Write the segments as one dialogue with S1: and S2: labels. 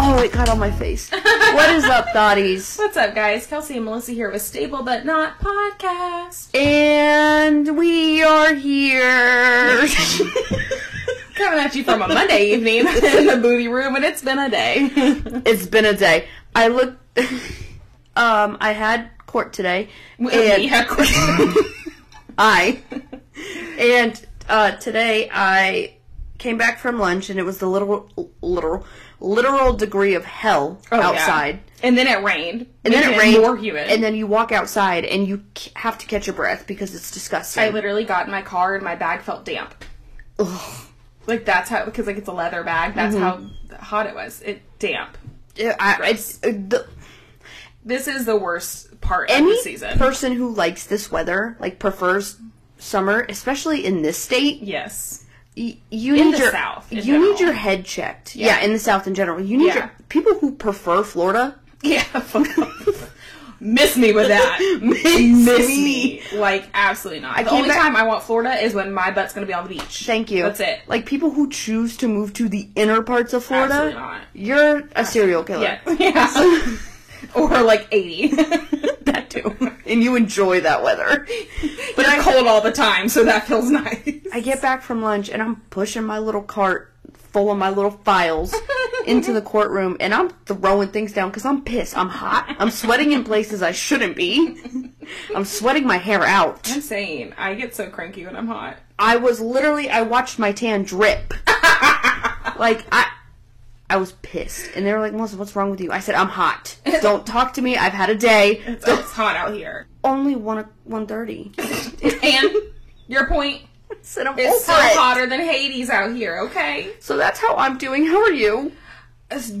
S1: Oh, it got on my face. what is up, thotties?
S2: What's up, guys? Kelsey and Melissa here with Stable But Not Podcast.
S1: And we are here.
S2: Coming at you from a Monday evening in the booty room, and it's been a day.
S1: it's been a day. I looked. um, I had court today. and-
S2: yeah, Oh,
S1: I. And uh, today I came back from lunch, and it was the literal, literal, literal degree of hell
S2: Oh,
S1: outside.
S2: And then it rained.
S1: And then
S2: Making
S1: it rained,
S2: More humid.
S1: and then you walk outside, and you c- have to catch your breath because it's disgusting.
S2: I literally got in my car, and my bag felt damp.
S1: Ugh.
S2: Like that's how, because like it's a leather bag. That's
S1: Mm-hmm.
S2: how hot it was. It damp.
S1: Yeah, I, it's, uh, the,
S2: This is the worst part of the
S1: any
S2: season.
S1: person who likes this weather, like prefers summer, especially in this state,
S2: yes.
S1: y- you
S2: In
S1: need
S2: the
S1: your
S2: South, in
S1: you
S2: general.
S1: need your head checked. Yeah. in the South in general, you need
S2: Yeah.
S1: your people who prefer Florida.
S2: Yeah. fuck off. Miss me with that.
S1: Miss
S2: Miss
S1: me.
S2: me. Like, absolutely not. the
S1: came
S2: only
S1: back-
S2: time I want Florida is when my butt's going to be on the beach.
S1: Thank you.
S2: That's it.
S1: Like people who choose to move to the inner parts of Florida,
S2: Absolutely not.
S1: you're a serial killer.
S2: Yeah. yeah. or like 80. that too.
S1: And you enjoy that weather.
S2: But I'm cold all the time, so that feels nice.
S1: I get back from lunch and I'm pushing my little cart full of my little files into the courtroom and I'm throwing things down because I'm pissed. I'm hot. I'm sweating in places I shouldn't be. I'm sweating my hair out.
S2: I'm saying, I get so cranky when I'm hot.
S1: I was literally, I watched my tan drip. Like, I. I was pissed, and they were like, "Melissa, what's wrong with you?" I said, "I'm hot. Don't talk to me. I've had a day.
S2: It's, it's hot out here.
S1: Only one one thirty.
S2: And your point,
S1: Said I'm
S2: it's
S1: over
S2: still
S1: it.
S2: hotter than Hades out here, okay?
S1: So that's how I'm doing. How are you?
S2: Just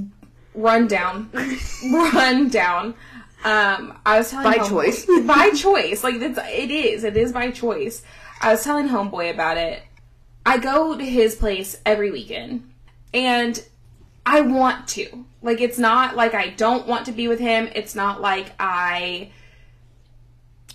S2: run down, run down. Um, I was telling
S1: By
S2: homeboy-
S1: choice.
S2: by choice. Like it's, it is, it is by choice. I was telling homeboy about it. I go to his place every weekend, and I want to. Like it's not like I don't want to be with him. It's not like I.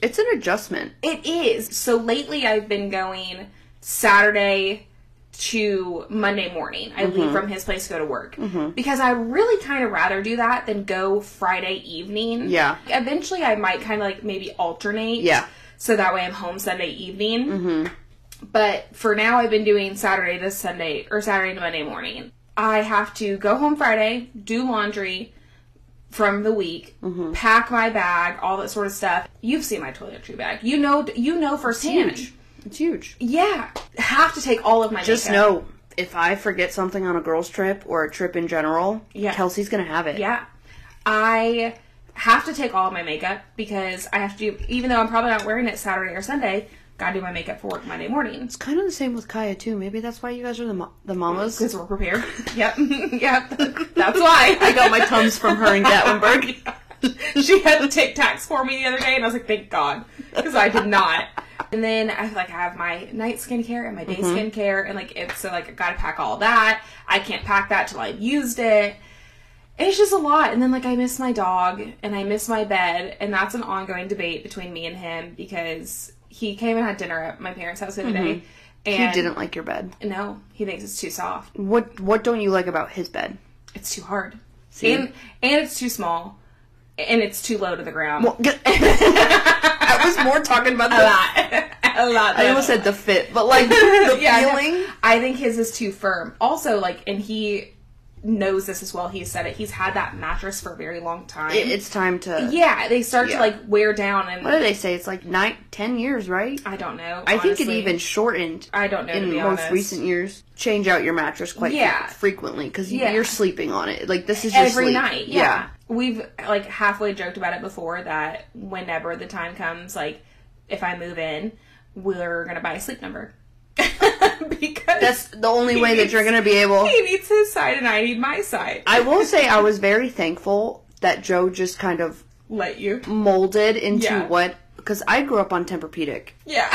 S1: It's an adjustment.
S2: It is. So lately I've been going Saturday to Monday morning. I leave
S1: Mm-hmm.
S2: from his place to go to work because I really kind of rather do that than go Friday evening.
S1: Yeah.
S2: Eventually I might kind of like maybe alternate.
S1: Yeah. Mm-hmm.
S2: So that way I'm home Sunday evening. But for now I've been doing Saturday to Sunday or Saturday to Monday morning. I have to go home Friday, do laundry, from the week, pack my bag, all that sort of stuff. You've seen my toiletry bag. You know, you know firsthand.
S1: Huge. It's huge.
S2: Yeah, have to take all of my.
S1: Just
S2: makeup.
S1: know if I forget something on a girls' trip or a trip in general,
S2: Yeah.
S1: Kelsey's gonna have it.
S2: Yeah, I have to take all of my makeup because I have to do. Even though I'm probably not wearing it Saturday or Sunday, gotta do my makeup for work Monday morning
S1: It's kind of the same with Kaya too. Maybe that's why you guys are the mo- the mamas.
S2: because we're prepared. yep, yep. That's why
S1: I got my tums from her in Gatlinburg.
S2: she had the Tic Tacs for me the other day, and I was like, thank God, because I did not. And then I like I have my night skincare and my day
S1: Mm-hmm.
S2: skincare, and like it's so like I gotta pack all that. I can't pack that till I've used it. It's just a lot, and then like I miss my dog and I miss my bed, and that's an ongoing debate between me and him because he came and had dinner at my parents' house the other day,
S1: You
S2: and
S1: Mm-hmm. didn't like your bed.
S2: no, he thinks it's too soft,
S1: What What don't you like about his bed?
S2: it's too hard, and and it's too small, and it's too low to the ground.
S1: Well, I was more talking about
S2: a
S1: the.
S2: lot. a lot.
S1: I almost said the fit, but like the
S2: Yeah, I know.
S1: feeling.
S2: I think his is too firm. Also, like, and he knows this as well. He said it. He's had that mattress for a very long time.
S1: It- it's time to.
S2: yeah, they start
S1: Yeah.
S2: to like wear down, and
S1: What do they say? It's like nine, ten years, right?
S2: I don't know.
S1: I think it
S2: honestly.
S1: even shortened.
S2: I don't know. to
S1: in
S2: be
S1: most
S2: honest.
S1: recent years change out your mattress quite
S2: Yeah.
S1: fre- frequently because
S2: Yeah.
S1: you're sleeping on it like this is your
S2: every
S1: sleep.
S2: night. Yeah. We've like halfway joked about it before that whenever the time comes, like if I move in, we're gonna buy a sleep number because
S1: that's the only way that you're gonna be able
S2: he needs his side and I need my side.
S1: i will say i was very thankful that joe just kind of
S2: Let you.
S1: molded into
S2: Yeah.
S1: what because i grew up on temperpedic
S2: Yeah.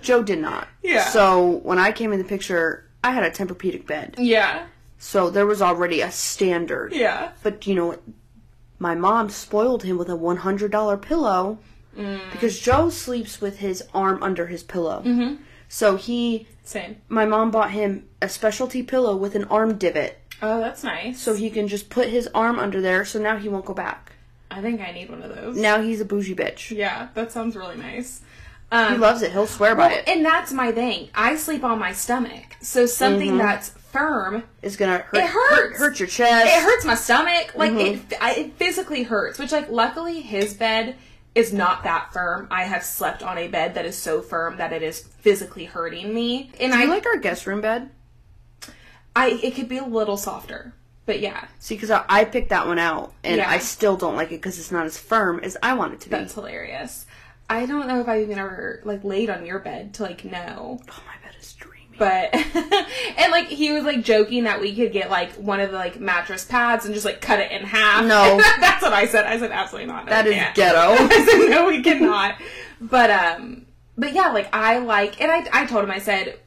S1: joe did not
S2: Yeah.
S1: so when i came in the picture i had a temperpedic bed
S2: yeah.
S1: so there was already a standard
S2: Yeah.
S1: but you know what? my mom spoiled him with a $100 pillow because joe sleeps with his arm under his pillow
S2: Mm-hmm.
S1: so he
S2: Same.
S1: my mom bought him a specialty pillow with an arm divot
S2: Oh, that's nice.
S1: so he can just put his arm under there. So now he won't go back.
S2: I think I need one of those.
S1: Now he's a bougie bitch.
S2: Yeah, that sounds really nice.
S1: He
S2: Um,
S1: loves it. He'll swear by it.
S2: and that's my thing. I sleep on my stomach, so something that's firm.
S1: It's gonna hurt.
S2: It
S1: hurt,
S2: hurts.
S1: hurt your chest.
S2: It hurts my stomach. Like it, I, it physically hurts. Which, like, luckily his bed is not that firm. I have slept on a bed that is so firm that it is physically hurting me. And
S1: Do
S2: I,
S1: you like our guest room bed?
S2: I, it could be a little softer, but yeah,
S1: See, because I, I picked that one out, and
S2: Yeah.
S1: I still don't like it because it's not as firm as I want it to be.
S2: that's hilarious. I don't know if I've even ever like laid on your bed to like know.
S1: oh, my bed is dreamy.
S2: but and like he was like joking that we could get like one of the like mattress pads and just like cut it in half.
S1: No.
S2: that's what I said. I said absolutely not. No,
S1: That
S2: we
S1: is
S2: can't.
S1: ghetto.
S2: I said no, we cannot. But um, but yeah, like I like, and I I told him I said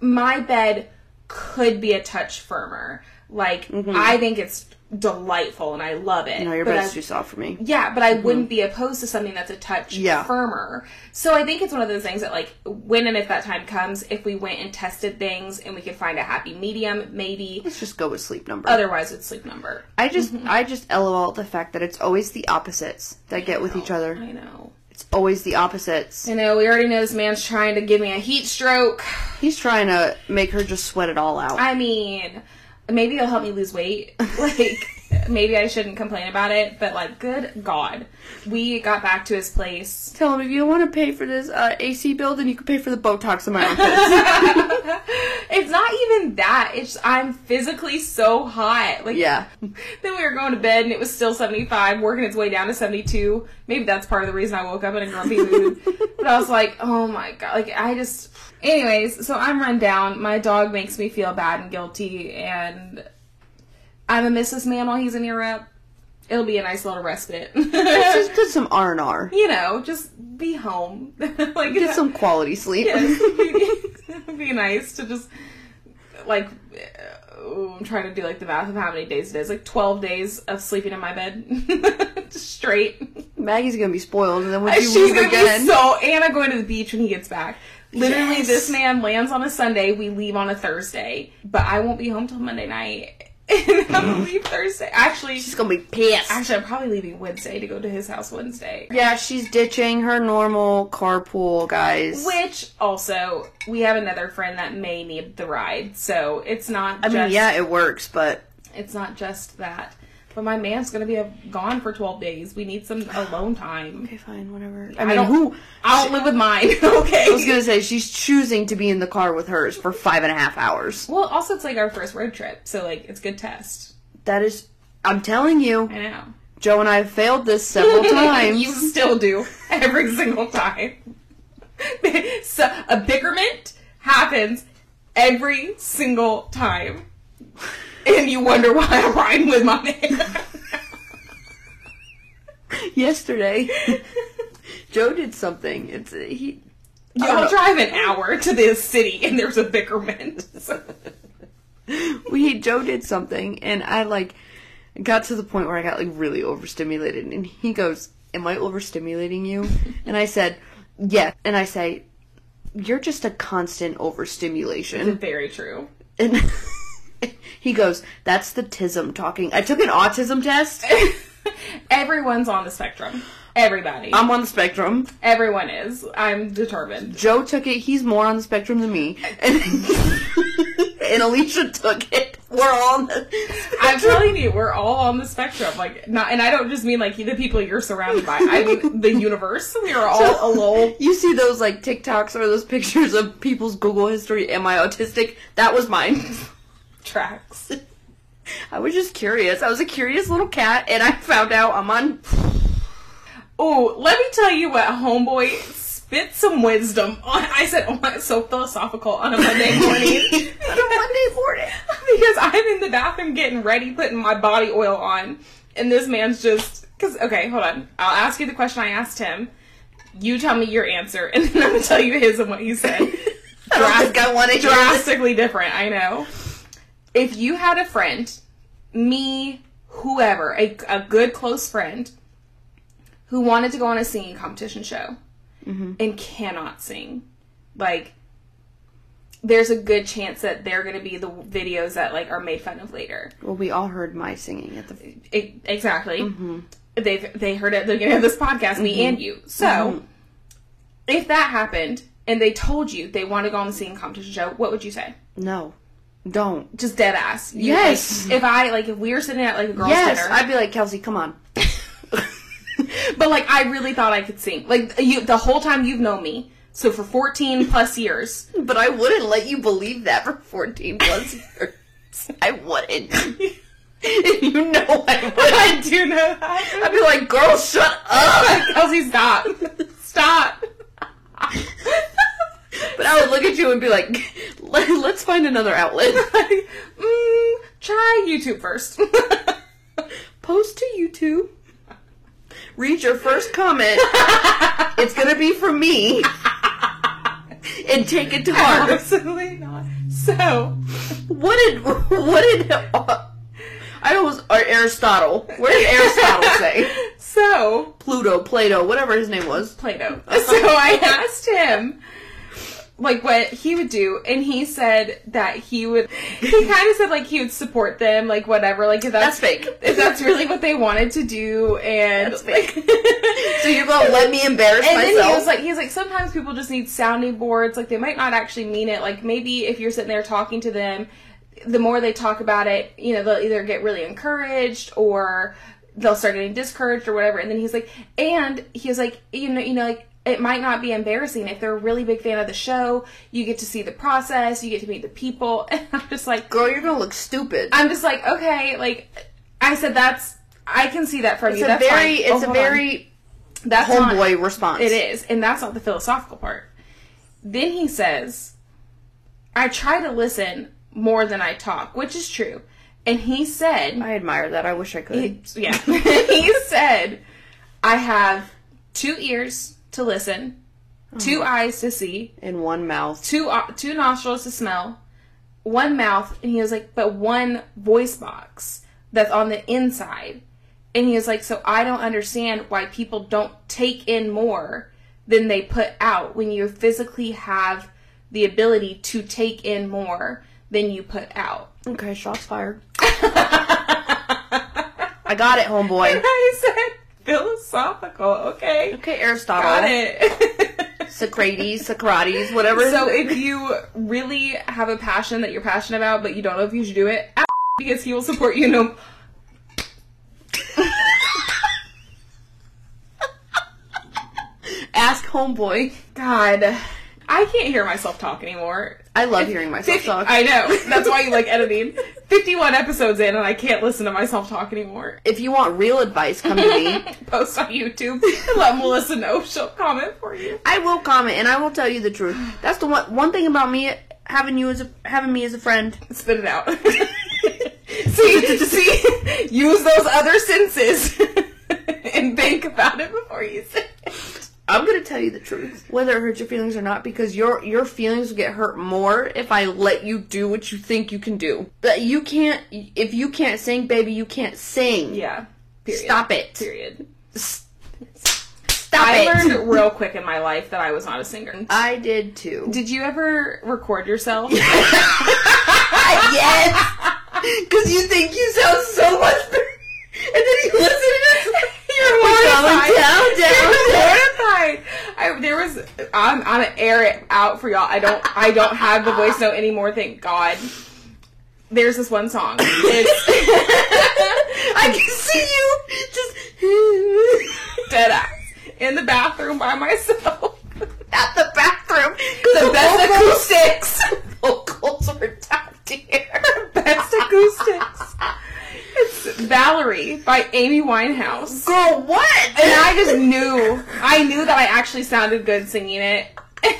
S2: my bed could be a touch firmer. Like I think it's delightful and I love it.
S1: Mm-hmm. no, your
S2: but
S1: bed's
S2: I-
S1: too soft for me.
S2: yeah, but I wouldn't be opposed to something that's a touch
S1: Mm-hmm. Yeah.
S2: firmer. So I think it's one of those things that, like, when and if that time comes, if we went and tested things and we could find a happy medium, maybe.
S1: Let's just go with sleep number.
S2: Otherwise, it's sleep number.
S1: I just, I just lol at the fact that it's always the opposites that get with each other.
S2: I know.
S1: It's always the opposites.
S2: I know. We already know this man's trying to give me a heat stroke.
S1: He's trying to make her just sweat it all out.
S2: I mean, maybe they'll help me lose weight. Like, maybe I shouldn't complain about it, but like, good God, we got back to his place.
S1: Tell him if you don't want to pay for this uh, AC bill, then you can pay for the Botox in my armpit.
S2: It's not even that. It's I'm physically so hot. Like
S1: yeah.
S2: Then we were going to bed and it was still 75, working its way down to 72. Maybe that's part of the reason I woke up in a grumpy mood. but I was like, oh my god. Like, I just. Anyways, so I'm run down. My dog makes me feel bad and guilty, and I'm a Mrs. Man while he's in Europe. It'll be a nice little respite.
S1: Let's just do some R and R.
S2: you know, just be home. like,
S1: Get some quality sleep.
S2: it would be nice to just like uh, ooh, I'm trying to do like the math of how many days it is. Like twelve days of sleeping in my bed, just straight.
S1: Maggie's gonna be spoiled, and then when you
S2: She's
S1: leave
S2: gonna be
S1: again,
S2: so. And I'm going to the beach when he gets back. Literally,
S1: Yes.
S2: this man lands on a Sunday. We leave on a Thursday, but I won't be home till Monday night. And I'm gonna leave Thursday. Actually,
S1: she's gonna be pissed.
S2: actually, I'm probably leaving Wednesday to go to his house Wednesday.
S1: yeah, she's ditching her normal carpool, guys.
S2: Which also, we have another friend that may need the ride, so it's not.
S1: I
S2: just,
S1: mean, yeah, it works, but
S2: It's not just that. But my man's gonna be uh, gone for 12 days. We need some alone time.
S1: okay, fine, whatever. I mean,
S2: don't-
S1: who?
S2: I don't live with mine, okay?
S1: I was gonna say she's choosing to be in the car with hers for five and a half hours.
S2: well, also, it's like our first road trip, so like, it's a good test.
S1: That is, I'm telling you,
S2: I know.
S1: Joe and I have failed this several times.
S2: you still do every single time. so, a bickerment happens every single time. And you wonder why I'm riding with my man.
S1: Yesterday, Joe did something. It's he.
S2: Y'all
S1: Uh,
S2: drive an hour to this city and there's a bickerment.
S1: we Joe did something, and I like got to the point where I got like really overstimulated, and he goes, "Am I overstimulating you?" and I said, "Yeah," and I say, "You're just a constant overstimulation,"
S2: Very true.
S1: and. He goes, that's the tism talking. I took an autism test.
S2: Everyone's on the spectrum. Everybody.
S1: I'm on the spectrum.
S2: Everyone is. I'm determined.
S1: Joe took it. He's more on the spectrum than me. And, and Alicia took it. We're all on the
S2: I'm telling you, we're all on the spectrum. Like not and I don't just mean like the people you're surrounded by. I mean the universe. We are all alone.
S1: You see those like TikToks or those pictures of people's Google history. Am I autistic? That was mine.
S2: Tracks.
S1: I was just curious. I was a curious little cat, and I found out I'm on.
S2: Oh, let me tell you what, homeboy spit some wisdom on I said, Oh my it's so philosophical on a Monday morning.
S1: on a Monday morning.
S2: because I'm in the bathroom getting ready, putting my body oil on, and this man's just because okay, hold on. I'll ask you the question I asked him. You tell me your answer, and then I'm gonna tell you his and what he said.
S1: I don't think I want to hear this.
S2: Drastically different, I know. If you had a friend, me, whoever, a, a good close friend, who wanted to go on a singing competition show and cannot sing, like there's a good chance that they're going to be the videos that like are made fun of later.
S1: Well, we all heard my singing at the.
S2: E- exactly. They've they heard it. They're going to have this podcast, me and you. So, if that happened and they told you they want to go on the singing competition show, what would you say?
S1: No, don't.
S2: Just dead ass. You-
S1: Yes.
S2: like, if I like, if we were sitting at like a girls'
S1: Yes,
S2: dinner,
S1: I'd be like Kelsey. Come on.
S2: but like I really thought I could sing. Like you, the whole time you've known me. So for 14 plus years,
S1: But I wouldn't let you believe that for 14 plus years. I wouldn't. you know I would.
S2: I do know that.
S1: I'd be like, girl, shut up.
S2: Kelsey, stop, stop.
S1: But I would look at you and be like, "Let- let's find another outlet.
S2: mm, try YouTube first.
S1: Post to YouTube. Read your first comment. It's going to be from me. And take it to heart.
S2: Absolutely not. So,
S1: What did, what did, uh, I almost, or Aristotle. What did Aristotle say?
S2: so
S1: Pluto, Plato, whatever his name was.
S2: Plato. So I asked him like what he would do, and he said that he would. He kind of said like he would support them, like whatever, like if
S1: That's
S2: that's,
S1: fake.
S2: if that's really what they wanted to do, and
S1: That's fake. So you're gonna let me embarrass
S2: And
S1: myself?
S2: then he was like, he's like, sometimes people just need sounding boards. Like they might not actually mean it. Like maybe if you're sitting there talking to them, the more they talk about it, you know, they'll either get really encouraged or they'll start getting discouraged or whatever. And then he's like, and he was like, you know, you know, like it might not be embarrassing if they're a really big fan of the show. You get to see the process. You get to meet the people. And I'm just like,
S1: "Girl, you're gonna look stupid."
S2: I'm just like, okay, like I said, that's I can see that from
S1: It's
S2: you.
S1: a
S2: that's
S1: very,
S2: fine. Oh,
S1: it's a
S2: hold on.
S1: very
S2: that's not-
S1: homeboy response.
S2: it is, and that's not the philosophical part. Then he says, I try to listen more than I talk, which is true. And he said,
S1: I admire that. I wish I could.
S2: yeah, he said, I have two ears to listen, two eyes to see,
S1: In one mouth.
S2: two o- two nostrils to smell, one mouth, and he was like, but one voice box that's on the inside. And he was like, so I don't understand why people don't take in more than they put out when you physically have the ability to take in more than you put out.
S1: Okay, shots fired. I got it, homeboy.
S2: I said philosophical, okay.
S1: Okay,
S2: Got
S1: Aristotle,
S2: it.
S1: Socrates, Socrates, whatever. his-
S2: So if you really have a passion that you're passionate about, but you don't know if you should do it, ask because he will support you. No,
S1: ask homeboy.
S2: God, I can't hear myself talk anymore.
S1: I love hearing myself
S2: 50
S1: talk.
S2: I know that's why you like editing. Fifty-one episodes in, and I can't listen to myself talk anymore.
S1: if you want real advice, come to me.
S2: Post on YouTube. Let Melissa know. She'll comment for you.
S1: I will comment and I will tell you the truth. That's the one one thing about me having you as a having me as a friend.
S2: Spit it out. see, see, use those other senses and think about it before you say. it.
S1: I'm gonna tell you the truth, whether it hurts your feelings or not, because your your feelings will get hurt more if I let you do what you think you can do. But you can't. If you can't sing, baby, you can't sing.
S2: Yeah. Period.
S1: Stop it.
S2: Period.
S1: Stop
S2: I
S1: it.
S2: learned real quick in my life that I was not a singer.
S1: I did too.
S2: Um, Did you ever record yourself?
S1: yes. Because you think you sound so much better, and then you listen to this.
S2: You're
S1: Going down, down, down.
S2: Mortified. I, there was. I'm. I'm gonna air it out for y'all. I don't. I don't have the voice note anymore. Thank God. There's this one song. It's
S1: I can see you just
S2: dead ass in the bathroom by myself.
S1: at the bathroom.
S2: The best acoustics.
S1: vocals were top tier.
S2: Best acoustics. It's Valerie by Amy Winehouse.
S1: Girl, what?
S2: And I just knew. I knew that I actually sounded good singing it.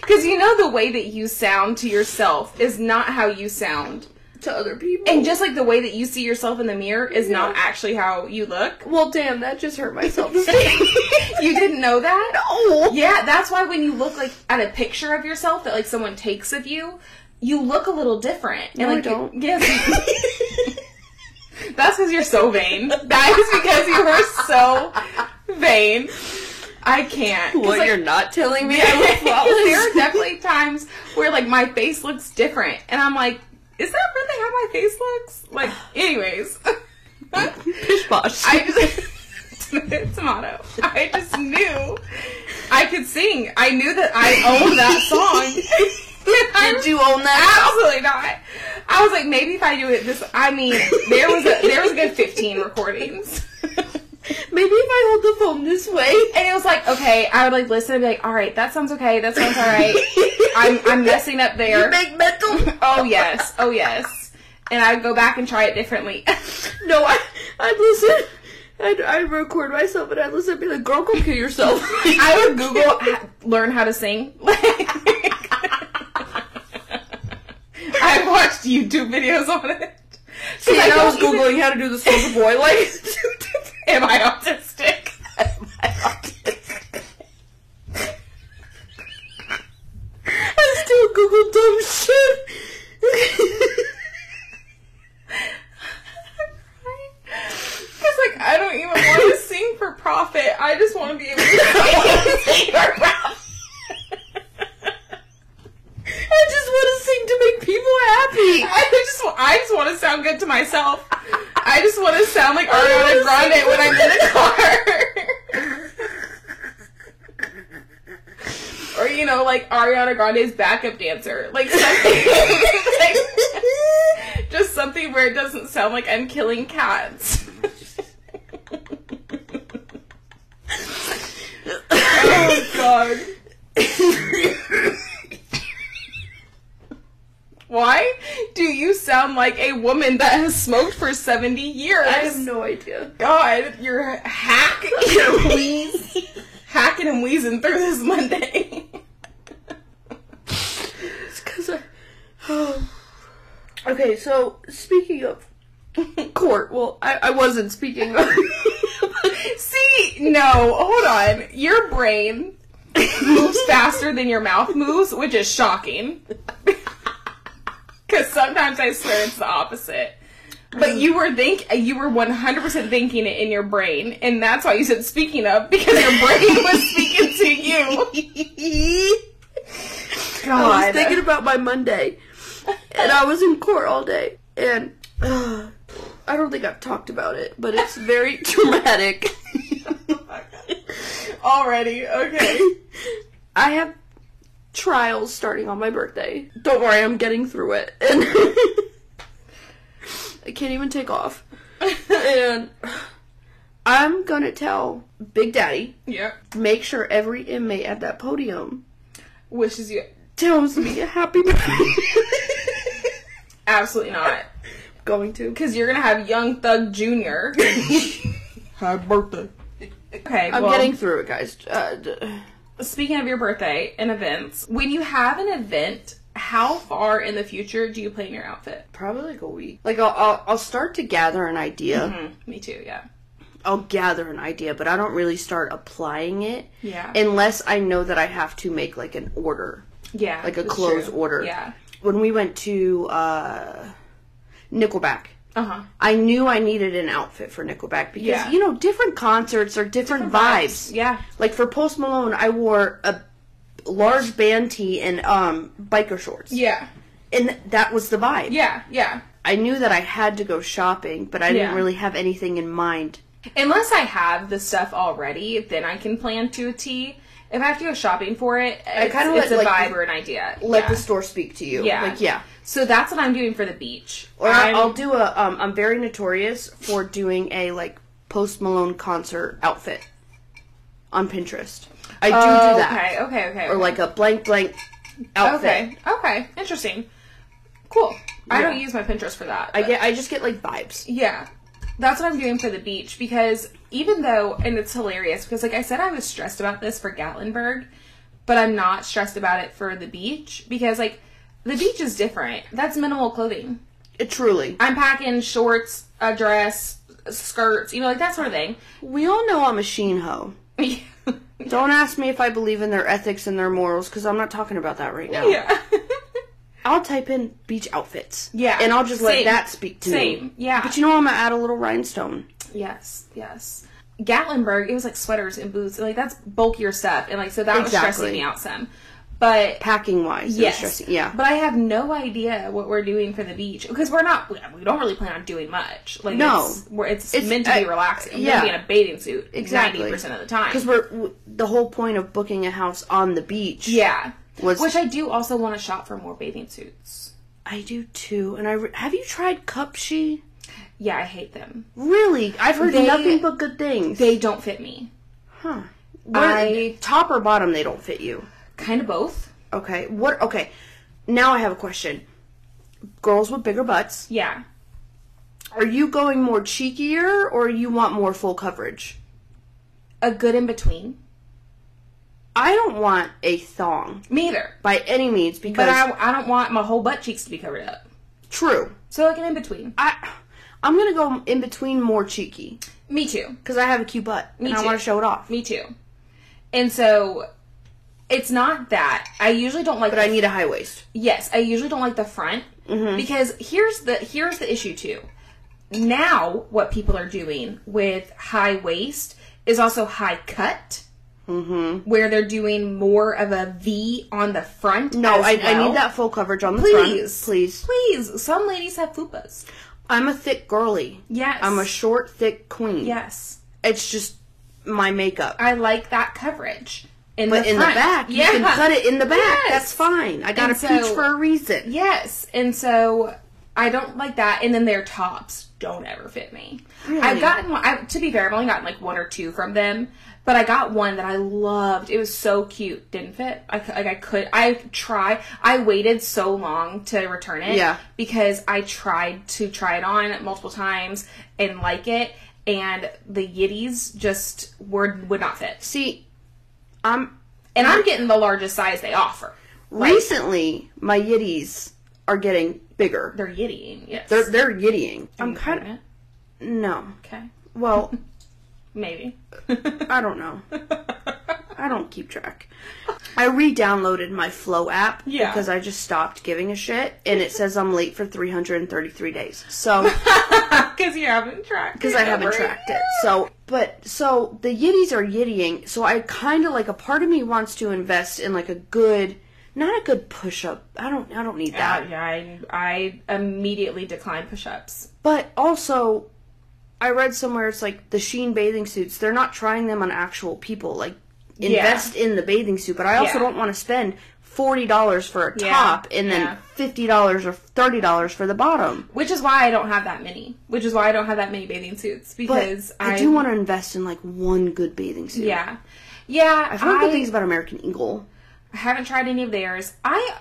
S2: Because you know, the way that you sound to yourself is not how you sound.
S1: to other people.
S2: And just like the way that you see yourself in the mirror is not actually how you look.
S1: well, damn, that just hurt myself. no.
S2: You didn't know that? Yeah, that's why when you look like at a picture of yourself that like someone takes of you, you look a little different.
S1: No, I
S2: like, you-
S1: don't.
S2: Yes, that's because you're so vain. That is because you are so vain. I can't. 'Cause,
S1: Well,
S2: like,
S1: you're not telling me. I
S2: Yeah,
S1: was flawless.
S2: there are definitely times where like my face looks different, and I'm like, is that really how my face looks? Like, anyways,
S1: Pish posh.
S2: I just tomato. I just knew I could sing. I knew that I owned that song.
S1: Did you own that?
S2: Absolutely not. I was like, maybe if I do it this, I mean, there was a, there was a good 15 recordings.
S1: Maybe if I hold the phone this way.
S2: And it was like, okay, I would like listen and be like, all right, that sounds okay, that sounds all right. I'm, I'm messing up
S1: You
S2: there.
S1: make mental.
S2: Oh yes, oh yes. And I would go back and try it differently.
S1: No, I I'd listen. I'd, I'd record myself and I'd listen and be like, girl, go kill yourself.
S2: I would Google h- learn how to sing. I've watched YouTube videos on it. 'Cause
S1: See, and I was
S2: don't even-
S1: Googling how to do this for the boy. Like,
S2: Am I autistic?
S1: I still Google dumb shit.
S2: Because like I don't even want to sing for profit. I just want to be able to sing for profit.
S1: I just want to sing to make people happy.
S2: I just wa- I just want to sound good to myself. I just want to sound like Ariana Grande when I'm in the car. or you know, like Ariana Grande's backup dancer, like something, like, just something where it doesn't sound like I'm killing cats. oh God! Why do you sound like a woman that has smoked for seventy years?
S1: I have no idea.
S2: God, you're hack, you're wheeze, hacking and wheezing through this Monday.
S1: It's because I. okay, so speaking of court, well, I, I wasn't speaking of.
S2: See, no, hold on. Your brain moves faster than your mouth moves, which is shocking. Because sometimes I swear it's the opposite. But you were think you were one hundred percent thinking it in your brain, and that's why you said speaking of because your brain was speaking to you.
S1: I was thinking about my Monday, and I was in court all day, and uh, I don't think I've talked about it, but it's very traumatic.
S2: already okay.
S1: I have trials starting on my birthday. Don't worry, I'm getting through it. And I can't even take off. And I'm gonna tell Big Daddy,
S2: yep.
S1: make sure every inmate at that podium
S2: Wishes you
S1: tells me a happy birthday.
S2: absolutely not.
S1: Going to.
S2: Because you're gonna have Young Thug Jr. Happy birthday. Okay,
S1: I'm
S2: well,
S1: getting through it, guys. Uh, d-
S2: speaking of your birthday and events, when you have an event, how far in the future do you plan your outfit?
S1: probably like a week. Like I'll, I'll, I'll start to gather an idea.
S2: Hmm, me too. Yeah.
S1: I'll gather an idea, but I don't really start applying it.
S2: Yeah.
S1: Unless I know that I have to make like an order.
S2: Yeah.
S1: Like a
S2: that's
S1: clothes
S2: true.
S1: order.
S2: Yeah.
S1: When we went to uh, Nickelback,
S2: Uh huh.
S1: I knew I needed an outfit for Nickelback because
S2: Yeah.
S1: you know different concerts are different, vibes.
S2: Yeah.
S1: Like for Post Malone, I wore a large band tee and um biker shorts,
S2: Yeah.
S1: and that was the vibe.
S2: Yeah. Yeah.
S1: I knew that I had to go shopping, but I
S2: Yeah.
S1: didn't really have anything in mind.
S2: Unless I have the stuff already, then I can plan to a T. If I have to go shopping for it, I
S1: kinda
S2: it's a
S1: let, like,
S2: vibe or an idea.
S1: Let
S2: yeah.
S1: the store speak to you.
S2: Yeah.
S1: Like yeah.
S2: So that's what I'm doing for the beach.
S1: Or i
S2: I'm-
S1: I'll do a. Um, I'm very notorious for doing a like Post Malone concert outfit on Pinterest. I do do that,
S2: Oh, Okay, okay, okay.
S1: or like a blank blank outfit.
S2: okay, okay, interesting. Cool. I
S1: Yeah.
S2: don't use my Pinterest for that.
S1: I
S2: but-
S1: get. I just get like vibes.
S2: yeah, that's what I'm doing for the beach because even though, and it's hilarious because, like I said, I was stressed about this for Gatlinburg, but I'm not stressed about it for the beach because, like, the beach is different. That's minimal clothing.
S1: It truly.
S2: I'm packing shorts, a dress, skirts, you know, like that sort of
S1: We all know I'm a sheen hoe.
S2: thing.
S1: Don't ask me if I believe in their ethics and their morals because I'm not talking about that right now.
S2: yeah.
S1: I'll type in beach outfits.
S2: Yeah.
S1: And I'll just let
S2: Same.
S1: that speak to me.
S2: Same. Yeah.
S1: But you know, I'm gonna add a little rhinestone.
S2: Yes, yes. Gatlinburg, it was like sweaters and boots, like that's bulkier stuff, and like so that was stressing
S1: Exactly.
S2: me out some. But
S1: Packing wise, yes,
S2: yes,
S1: stressing. yeah.
S2: But I have no idea what we're doing for the beach because we're not. We we don't really plan on doing much. Like
S1: No.
S2: it's, we're, it's,
S1: It's-
S2: meant to be
S1: I-
S2: relaxing. We're
S1: yeah.
S2: gonna be in a bathing suit
S1: Exactly.
S2: ninety percent of the time.
S1: Because we're w- the whole point of booking a house on the beach.
S2: yeah,
S1: Was-
S2: which I do also want to shop for more bathing suits.
S1: I do too. And I re- have you tried Cupshe?
S2: Yeah, I hate them.
S1: Really, I've heard
S2: They-
S1: nothing but good things.
S2: They don't fit me.
S1: huh?
S2: I-
S1: I top or bottom, they don't fit you.
S2: Kind of both.
S1: Okay. What? Okay. Now I have a question. Girls with bigger butts,
S2: Yeah.
S1: are you going more cheekier or you want more full coverage?
S2: A good in between.
S1: I don't want a thong
S2: Me either.
S1: by any means because
S2: But I, I don't want my whole butt cheeks to be covered up.
S1: true.
S2: So like an in between.
S1: I I'm gonna go in between more cheeky
S2: Me too.
S1: because I have a cute butt and I
S2: too.
S1: want to show it off.
S2: Me too. And so it's not that. I usually don't like
S1: But I Mm-hmm. need a high waist.
S2: yes, I usually don't like the front because here's the here's the issue too. Now what people are doing with high waist is also high cut. Mm-hmm. Where they're doing more of a V on the front.
S1: No,
S2: as
S1: I, I
S2: well.
S1: need that full coverage on the
S2: Please.
S1: front, please.
S2: Please, some ladies have fupas.
S1: I'm a thick girly.
S2: Yes,
S1: I'm a short, thick queen.
S2: yes.
S1: It's just my makeup.
S2: I like that coverage. In
S1: But
S2: the
S1: in
S2: front.
S1: the back,
S2: yeah.
S1: you can cut it in the back.
S2: Yes.
S1: That's fine. I got
S2: And
S1: a pooch
S2: so-
S1: for a reason.
S2: Yes, and so I don't like that. And then their tops don't ever fit me. I've
S1: Really?
S2: gotten one. I, to be fair, I've only gotten like one or two from them, but I got one that I loved. It was so cute. Didn't fit. I c- like I could. I try. I waited so long to return it.
S1: Yeah.
S2: because I tried to try it on multiple times and like it. And the yitties just were would not fit,
S1: See, I'm
S2: and I'm getting the largest size they offer.
S1: recently my yitties are getting bigger.
S2: They're yittying, yes.
S1: They're they're yittying. I'm
S2: I'm
S1: kind
S2: pregnant.
S1: of no.
S2: okay.
S1: Well,
S2: Maybe.
S1: I don't know. I don't keep track. I re-downloaded my Flow app
S2: Yeah.
S1: because I just stopped giving a shit, and it says I'm late for 333 days. So.
S2: Because you haven't tracked.
S1: because I haven't tracked it. So, but so the yiddies are yiddying. So I kind of like a part of me wants to invest in like a good, not a good push up. I don't, I don't need that.
S2: yeah, I, I immediately decline push-ups.
S1: But also, I read somewhere it's like the Sheen bathing suits. They're not trying them on actual people. Like invest in the bathing suit. But I also
S2: Yeah.
S1: don't want to spend. Forty dollars for a
S2: Yeah,
S1: top, and then
S2: yeah.
S1: fifty dollars or thirty dollars for the bottom.
S2: Which is why I don't have that many. Which is why I don't have that many bathing suits.
S1: But
S2: Because
S1: I,
S2: I,
S1: do want to invest in like one good bathing suit.
S2: Yeah. Yeah.
S1: I've heard good
S2: I-
S1: things about American Eagle.
S2: I haven't tried any of theirs. I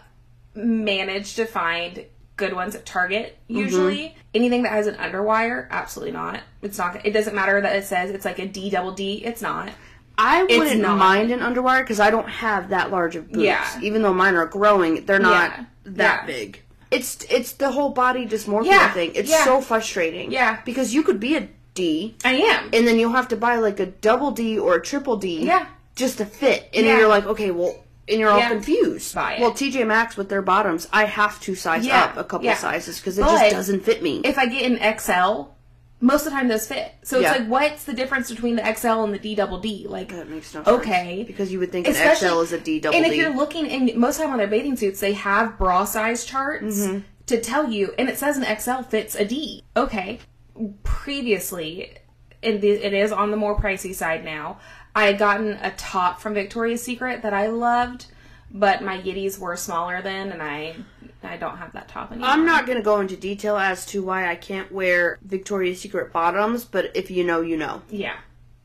S2: manage to find good ones at Target
S1: Mm-hmm.
S2: usually. Anything that has an underwire, absolutely not. It's not. It doesn't matter that it says it's like a D double D. It's not.
S1: I wouldn't
S2: not.
S1: mind an underwire because I don't have that large of boobs.
S2: Yeah.
S1: Even though mine are growing, they're not
S2: Yeah.
S1: that
S2: Yeah.
S1: big. It's it's the whole body dysmorphia
S2: Yeah.
S1: thing. It's
S2: Yeah.
S1: so frustrating.
S2: Yeah.
S1: Because you could be a D
S2: I am.
S1: and then you'll have to buy like a double D or a triple D
S2: Yeah.
S1: just to fit. And
S2: Yeah.
S1: then you're like, okay, well and you're all
S2: Yeah.
S1: confused.
S2: Buy it.
S1: Well, TJ Maxx with their bottoms, I have to size
S2: Yeah.
S1: up a couple
S2: Yeah.
S1: sizes because it
S2: But
S1: just doesn't fit me.
S2: if I get an XL, most of the time those fit. So it's
S1: Yeah.
S2: like, what's the difference between the XL and the D double D? Like,
S1: that makes no sense.
S2: okay.
S1: Because you would think an
S2: Especially-
S1: XL is a D double
S2: and
S1: D.
S2: if you're looking, and most of the time on their bathing suits, they have bra size charts
S1: Mm-hmm.
S2: to tell you, and it says an XL fits a D. Okay. Previously, and the- it is on the more pricey side now. I had gotten a top from Victoria's Secret that I loved, but my yiddies were smaller then, and I I don't have that top anymore.
S1: I'm not going to go into detail as to why I can't wear Victoria's Secret bottoms, but if you know, you know.
S2: yeah,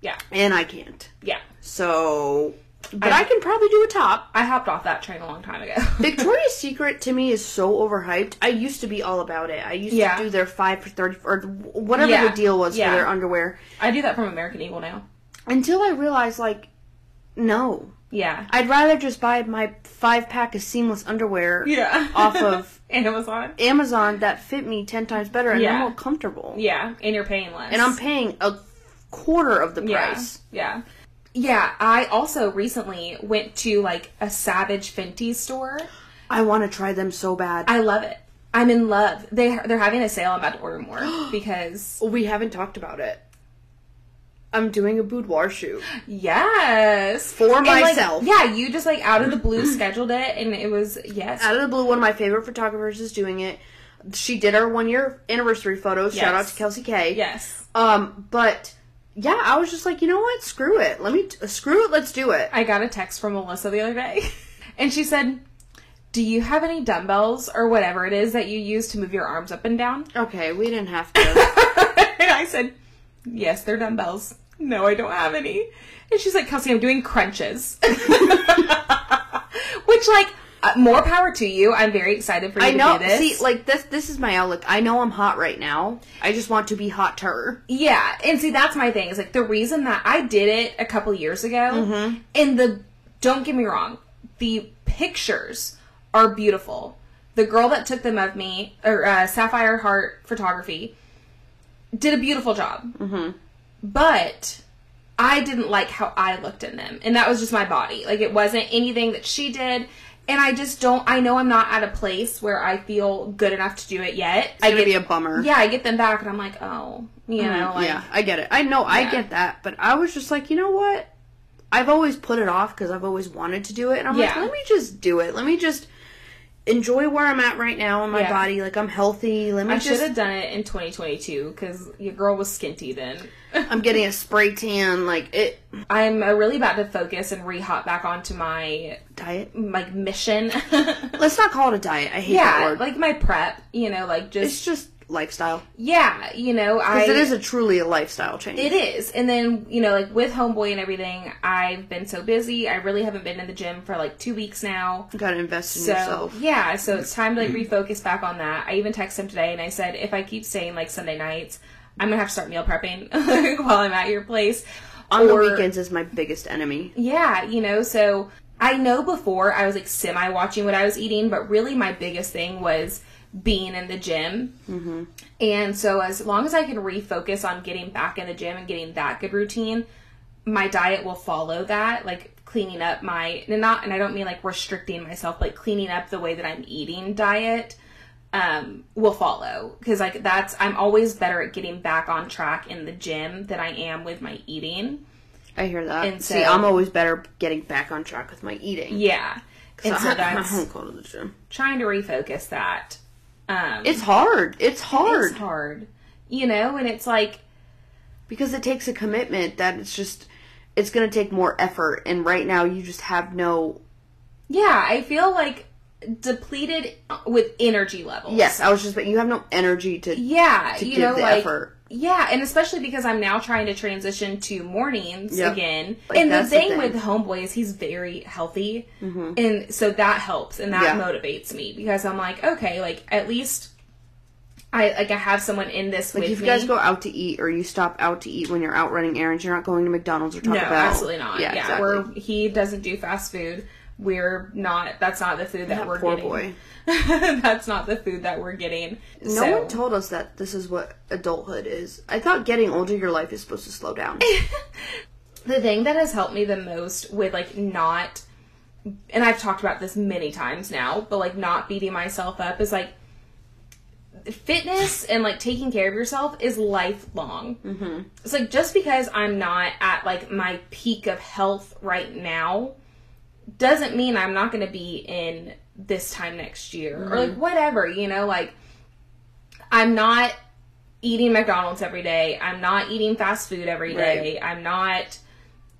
S2: yeah,
S1: And I can't.
S2: yeah.
S1: So, but I, can probably do a top.
S2: I hopped off that train a long time ago.
S1: Victoria's Secret to me is so overhyped. I used to be all about it. I used
S2: Yeah.
S1: to do their 5 for 30 or whatever
S2: Yeah.
S1: the deal was
S2: Yeah.
S1: for their underwear
S2: I do that from American Eagle now.
S1: until I realized like no.
S2: Yeah.
S1: I'd rather just buy my 5 pack of seamless underwear
S2: Yeah.
S1: off of
S2: Amazon.
S1: Amazon that fit me 10 times better and
S2: Yeah.
S1: I'm more comfortable.
S2: Yeah, and you're paying less.
S1: and I'm paying a quarter of the
S2: yeah,
S1: price.
S2: Yeah. Yeah, I also recently went to like a Savage Fenty store.
S1: I want to try them so bad.
S2: I love it. I'm in love. They they're having a sale. I'm about to order more because
S1: we haven't talked about it. I'm doing a boudoir shoot.
S2: Yes.
S1: For
S2: And, like,
S1: myself.
S2: yeah, you just like out of the blue scheduled it and it was yes.
S1: Out of the blue, one of my favorite photographers is doing it. She did our one year anniversary photos. Shout out
S2: Yes.
S1: to Kelsey K.
S2: yes.
S1: Um, but yeah, I was just like, you know what? Screw it. Let me t- screw it. Let's do it.
S2: I got a text from Melissa the other day and she said, "Do you have any dumbbells or whatever it is that you use to move your arms up and down?"
S1: Okay, we didn't have to.
S2: and I said, Yes, they're dumbbells. No, I don't have any. And she's like, Kelsey, I'm doing crunches. Which, like, uh, more power to you. I'm very excited for you
S1: I know.
S2: to do this.
S1: See, like this. This is my outlook. I know I'm hot right now. I just want to be hotter.
S2: yeah, and see, that's my thing. Is like the reason that I did it a couple years ago, and the don't get me wrong, the pictures are beautiful. The girl that took them of me, or uh, Sapphire Heart Photography, did a beautiful job. but I didn't like how I looked in them. And that was just my body. Like it wasn't anything that she did. And I just don't I know I'm not at a place where I feel good enough to do it yet. I
S1: It's gonna
S2: get
S1: be a bummer.
S2: Yeah, I get them back and I'm like, "Oh, you know, like
S1: Mm-hmm. yeah, I get it. I know I
S2: Yeah.
S1: get that, but I was just like, you know what? I've always put it off because I've always wanted to do it, and I'm like,
S2: Yeah.
S1: let me just do it. Let me just enjoy where I'm at right now in my
S2: Yeah.
S1: body. Like I'm healthy. Let me
S2: I should
S1: just.
S2: have done it in 2022 cuz your girl was skinty then.
S1: I'm getting a spray tan. Like it
S2: I'm uh, really about to focus and re-hop back onto my
S1: diet.
S2: like mission.
S1: Let's not call it a diet. I hate that
S2: yeah,
S1: word.
S2: like my prep, you know, like just
S1: it's just lifestyle
S2: yeah, you know, I
S1: because it is a truly a lifestyle change.
S2: It is. And then, you know, like with Homeboy and everything, I've been so busy. I really haven't been in the gym for like two weeks now.
S1: You gotta invest in
S2: So,
S1: yourself.
S2: yeah, so it's time to like refocus back on that. I even texted him today and I said, if I keep staying like Sunday nights, I'm gonna have to start meal prepping while I'm at your place.
S1: On
S2: Or-
S1: the weekends is my biggest enemy.
S2: yeah, you know, so I know before I was like semi watching what I was eating, but really my biggest thing was being in the gym. Mm-hmm. And so as long as I can refocus on getting back in the gym and getting that good routine, my diet will follow that, like cleaning up my and not and I don't mean like restricting myself, like cleaning up the way that I'm eating diet um will follow because like that's I'm always better at getting back on track in the gym than I am with my eating.
S1: I hear that.
S2: And
S1: See,
S2: so-
S1: I'm always better getting back on track with my eating.
S2: Yeah. And so
S1: I,
S2: that's
S1: I don't go to the gym.
S2: trying to refocus that. Um,
S1: It's hard. It's hard
S2: it's hard, you know, and it's like,
S1: because it takes a commitment that it's just it's going to take more effort and right now you just have no
S2: yeah, I feel like depleted with energy levels.
S1: Yes, I was just but you have no energy to
S2: Yeah,
S1: to
S2: you
S1: give
S2: know,
S1: the
S2: like
S1: effort.
S2: yeah, and especially because I'm now trying to transition to mornings
S1: Yep.
S2: again.
S1: Like,
S2: and the
S1: that's the
S2: thing,
S1: thing. Mm-hmm.
S2: with Homeboy is he's very healthy, and so that helps and that
S1: Yeah.
S2: motivates me because I'm like, okay, like at least I like I have someone in this
S1: Like
S2: with
S1: if you
S2: me.
S1: guys go out to eat or you stop out to eat when you're out running errands, you're not going to McDonald's or Taco
S2: No,
S1: Bell.
S2: absolutely not. Yeah,
S1: exactly.
S2: we're he doesn't do fast food. We're not. That's not the food that,
S1: That
S2: we're
S1: poor
S2: getting.
S1: boy.
S2: that's not the food that we're getting.
S1: no
S2: so,
S1: one told us that this is what adulthood is. I thought getting older, your life is supposed to slow down.
S2: the thing that has helped me the most with like not, and I've talked about this many times now, but like not beating myself up is like fitness and like taking care of yourself is lifelong. Mm-hmm. It's like just because I'm not at like my peak of health right now doesn't mean I'm not going to be in this time next year or like whatever, you know, like I'm not eating McDonald's every day. I'm not eating fast food every day. I'm not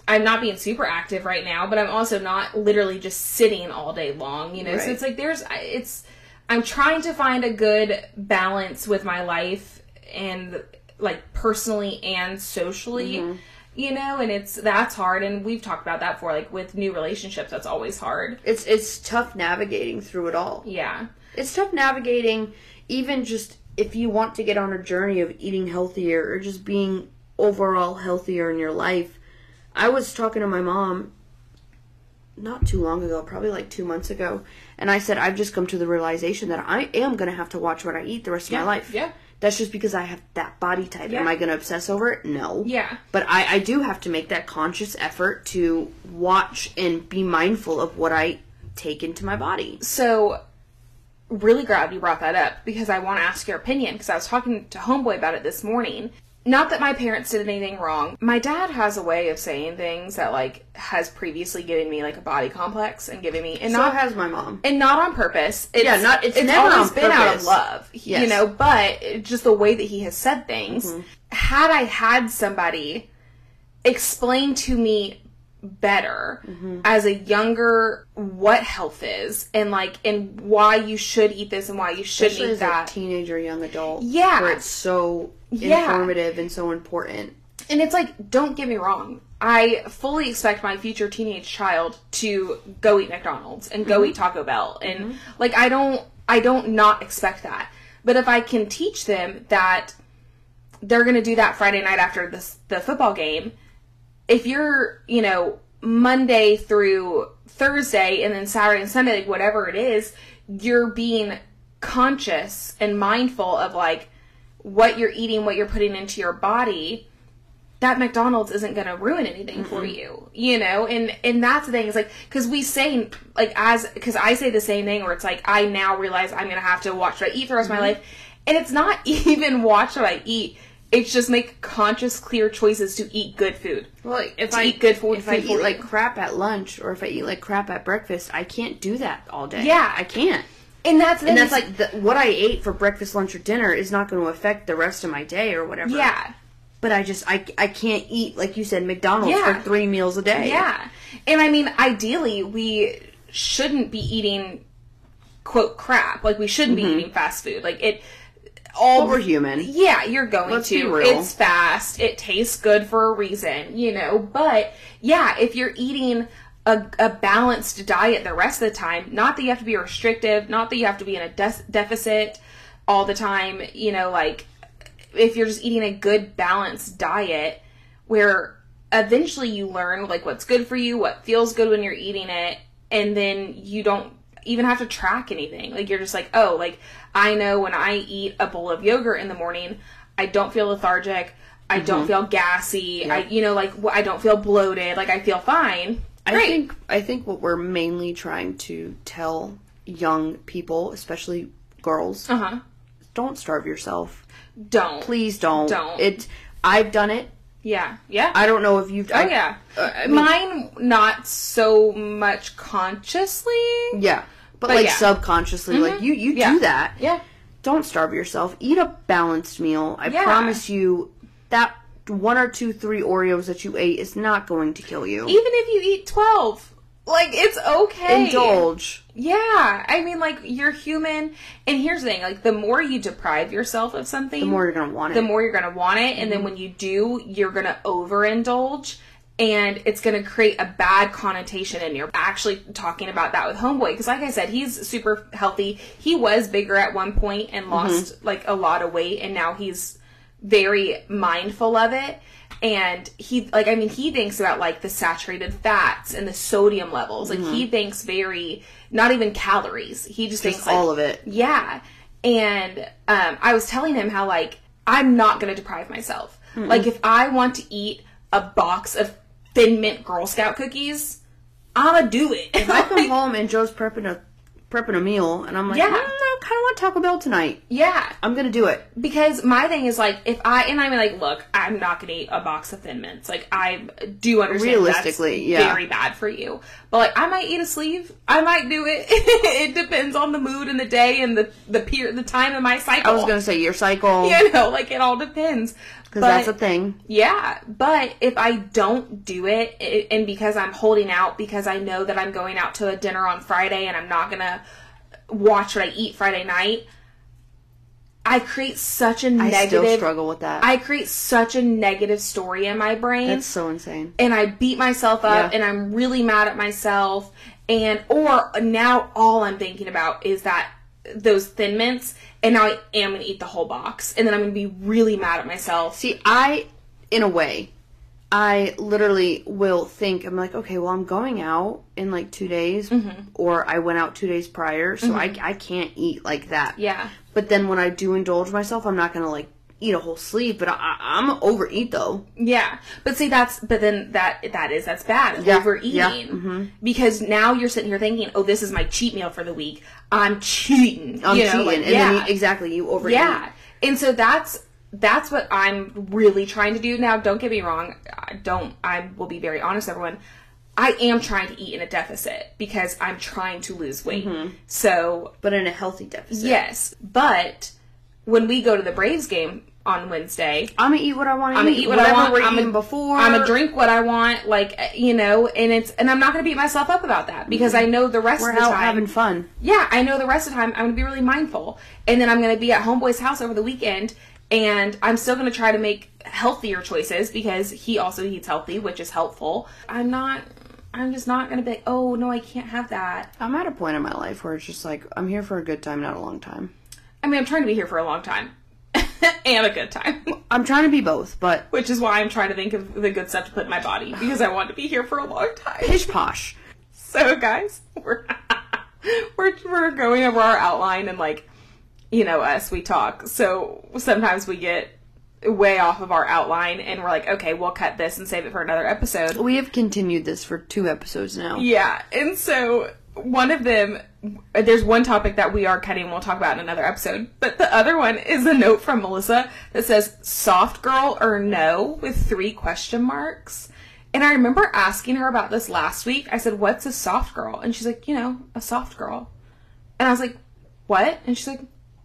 S2: I'm not being super active right now, but I'm also not literally just sitting all day long, you know.
S1: Right.
S2: So it's like there's I- it's I'm trying to find a good balance with my life and like personally and socially. You know, and it's that's hard and we've talked about that before like with new relationships that's always hard.
S1: it's it's tough navigating through it all.
S2: Yeah.
S1: it's tough navigating even just if you want to get on a journey of eating healthier or just being overall healthier in your life i was talking to my mom not too long ago probably like two months ago and i said i've just come to the realization that i am going to have to watch what i eat the rest of
S2: Yeah,
S1: my life
S2: yeah.
S1: that's just because i have that body type
S2: Yeah.
S1: am i going to obsess over it no
S2: Yeah.
S1: but I, I do have to make that conscious effort to watch and be mindful of what i take into my body
S2: So, really glad you brought that up because I want to ask your opinion because I was talking to Homeboy about it this morning. not that my parents did anything wrong. My dad has a way of saying things that like has previously given me like a body complex and given me and
S1: So
S2: not
S1: has my mom.
S2: and not on purpose. It's,
S1: Yeah, not- it's never
S2: always
S1: on
S2: been out of
S1: purpose.
S2: love, you
S1: Yes. Mm-hmm.
S2: know. But it- just the way that he has said things. Had I had somebody explain to me better
S1: Mm-hmm.
S2: as a younger what health is and like and why you should eat this and why you shouldn't
S1: Especially
S2: eat
S1: as a
S2: that,
S1: teenager, young adult.
S2: Yeah.
S1: Where it's so
S2: Yeah.
S1: informative and so important.
S2: And it's like, don't get me wrong. I fully expect my future teenage child to go eat McDonald's and go eat Taco Bell and like I don't I don't not expect that. But if I can teach them that they're going to do that Friday night after this the football game, if you're, you know, Monday through Thursday and then Saturday and Sunday, like whatever it is, you're being conscious and mindful of like what you're eating, what you're putting into your body that McDonald's isn't going to ruin anything for you, you know. And and that's the thing is like because we say like as because I say the same thing where it's like I now realize I'm going to have to watch what I eat for the rest of my life, and it's not even watch what I eat. It's just make conscious, clear choices to eat good food.
S1: Well, like, if
S2: To
S1: I
S2: eat good food-
S1: if
S2: food
S1: I
S2: for
S1: eat like
S2: you.
S1: crap at lunch or if I eat like crap at breakfast, I can't do that all day.
S2: Yeah.
S1: I can't.
S2: And that's the
S1: And
S2: thing,
S1: that's
S2: it's
S1: like the, what I ate for breakfast, lunch, or dinner is not going to affect the rest of my day or whatever.
S2: yeah,
S1: But I just I, I can't eat like you said McDonald's
S2: Yeah.
S1: for three meals a day.
S2: Yeah. And I mean, ideally, we shouldn't be eating quote crap. Like we shouldn't be eating fast food. Like it all
S1: But Mm-hmm. we're human.
S2: Yeah, you're going
S1: Let's
S2: to.
S1: be real.
S2: It's fast. It tastes good for a reason, you know. But yeah, if you're eating a, a balanced diet the rest of the time, not that you have to be restrictive, not that you have to be in a des- deficit all the time, you know, like if you're just eating a good balanced diet where eventually you learn like what's good for you, what feels good when you're eating it, and then you don't even have to track anything. Like you're just like, oh, like I know when I eat a bowl of yogurt in the morning, I don't feel lethargic, I
S1: Mm-hmm.
S2: don't feel gassy, I you know like wh- I don't feel bloated, like I feel fine.
S1: I
S2: Great.
S1: think I think what we're mainly trying to tell young people, especially girls,
S2: uh-huh.
S1: don't starve yourself.
S2: Don't.
S1: Please don't.
S2: Don't.
S1: It. I've done it.
S2: Yeah. Yeah.
S1: I don't know if you've.
S2: oh yeah.
S1: I mean-
S2: Mine not so much consciously.
S1: Yeah. But,
S2: But
S1: like
S2: yeah. Mm-hmm.
S1: subconsciously, like you you
S2: Yeah.
S1: do that.
S2: Yeah.
S1: Don't starve yourself. Eat a balanced meal. I
S2: Yeah.
S1: promise you that one or two, three Oreos that you ate is not going to kill you.
S2: Even if you eat 12, like it's okay.
S1: Indulge.
S2: Yeah. I mean like you're human and here's the thing, like the more you deprive yourself of something,
S1: The more you're gonna want it. Mm-hmm.
S2: the more you're going to want it. And then when you do, you're going to overindulge and it's going to create a bad connotation. And you're actually talking about that with Homeboy. Because, like I said, he's super healthy. He was bigger at one point
S1: Mm-hmm.
S2: and lost like a lot of weight. And now he's very mindful of it. And he, like, I mean, he thinks about like the saturated fats and the sodium levels. Like,
S1: Mm-hmm.
S2: he thinks very, not even calories. He just, thinks like,
S1: all of it.
S2: yeah. And um, I was telling him how, like, I'm not going to deprive myself. Like, if I want to eat a box of Thin Mint Girl Scout cookies, I'm going to do it.
S1: I come home and Joe's prepping a prepping a meal, and I'm like,
S2: Yeah.
S1: "Mm, I kind of want Taco Bell tonight.
S2: yeah.
S1: I'm gonna do it.
S2: Because my thing is, like, if I, and I'm like, look, I'm not going to eat a box of Thin Mints. Like, I do understand
S1: Realistically,
S2: that's
S1: yeah.
S2: very bad for you. But, like, I might eat a sleeve. I might do it. it depends on the mood and the day and the, the period, the time of my cycle.
S1: I was gonna say your cycle because
S2: you know, like, it all depends. Because
S1: that's a thing.
S2: Yeah, but if I don't do it, i and because I'm holding out, because I know that I'm going out to a dinner on Friday and I'm not gonna watch what I eat Friday night, I create such a
S1: I still
S2: negative.
S1: struggle with that.
S2: I create such a negative story in my brain,
S1: that's so insane.
S2: and I beat myself up,
S1: Yeah.
S2: and I'm really mad at myself, and or now all I'm thinking about is that those thin mints, and now I am gonna eat the whole box, and then I'm gonna be really mad at myself.
S1: See, I, in a way, I literally will think, I'm like, okay, well, I'm going out in like two days,
S2: Mm-hmm.
S1: or I went out two days prior, so I, I can't eat like that.
S2: Yeah.
S1: But then when I do indulge myself, I'm not going to like eat a whole sleeve, but I, I- I'm going to overeat though.
S2: Yeah, but see, that's but then that that is that's bad
S1: Yeah,
S2: overeating
S1: yeah, mhm.
S2: because now you're sitting here thinking, oh, this is my cheat meal for the week. I'm cheating.
S1: I'm
S2: you know,
S1: cheating.
S2: like,
S1: and
S2: yeah,
S1: then you, exactly, you overeat.
S2: yeah. And so that's that's what I'm really trying to do now. Don't get me wrong. I don't. I will be very honest, everyone. I am trying to eat in a deficit because I'm trying to lose weight.
S1: Mm-hmm.
S2: So
S1: but in a healthy deficit.
S2: yes, but when we go to the Braves game on Wednesday,
S1: I'm gonna eat what I want to eat.
S2: I'm gonna eat what I
S1: whatever
S2: want.
S1: We're
S2: I'm
S1: eating
S2: gonna-
S1: before.
S2: I'm gonna drink what I want, like uh, you know, and it's and I'm not gonna beat myself up about that because I know the rest
S1: Mm-hmm. We're
S2: of the
S1: out
S2: time.
S1: having fun.
S2: yeah, I know the rest of the time I'm gonna be really mindful, and then I'm gonna be at homeboy's house over the weekend, and I'm still gonna try to make healthier choices because he also eats healthy, which is helpful. I'm not. I'm just not gonna be like, oh no, I can't have that.
S1: I'm at a point in my life where it's just like I'm here for a good time, not a long time.
S2: I mean, I'm trying to be here for a long time and a good time.
S1: I'm trying to be both, but
S2: Which is why I'm trying to think of the good stuff to put in my body because I want to be here for a long time.
S1: pish posh.
S2: So, guys, we're we're, we're going over our outline and like, you know, us we talk. So sometimes we get way off of our outline and we're like, okay, we'll cut this and save it for another episode.
S1: We have continued this for two episodes now.
S2: Yeah, and so one of them, uh, there's one topic that we are cutting. We'll talk about in another episode. But the other one is a note from Melissa that says "soft girl" or "no" with three question marks. And I remember asking her about this last week. I said, "What's a soft girl?" And she's like, "You know, a soft girl." And I was like, "What?" And she's like,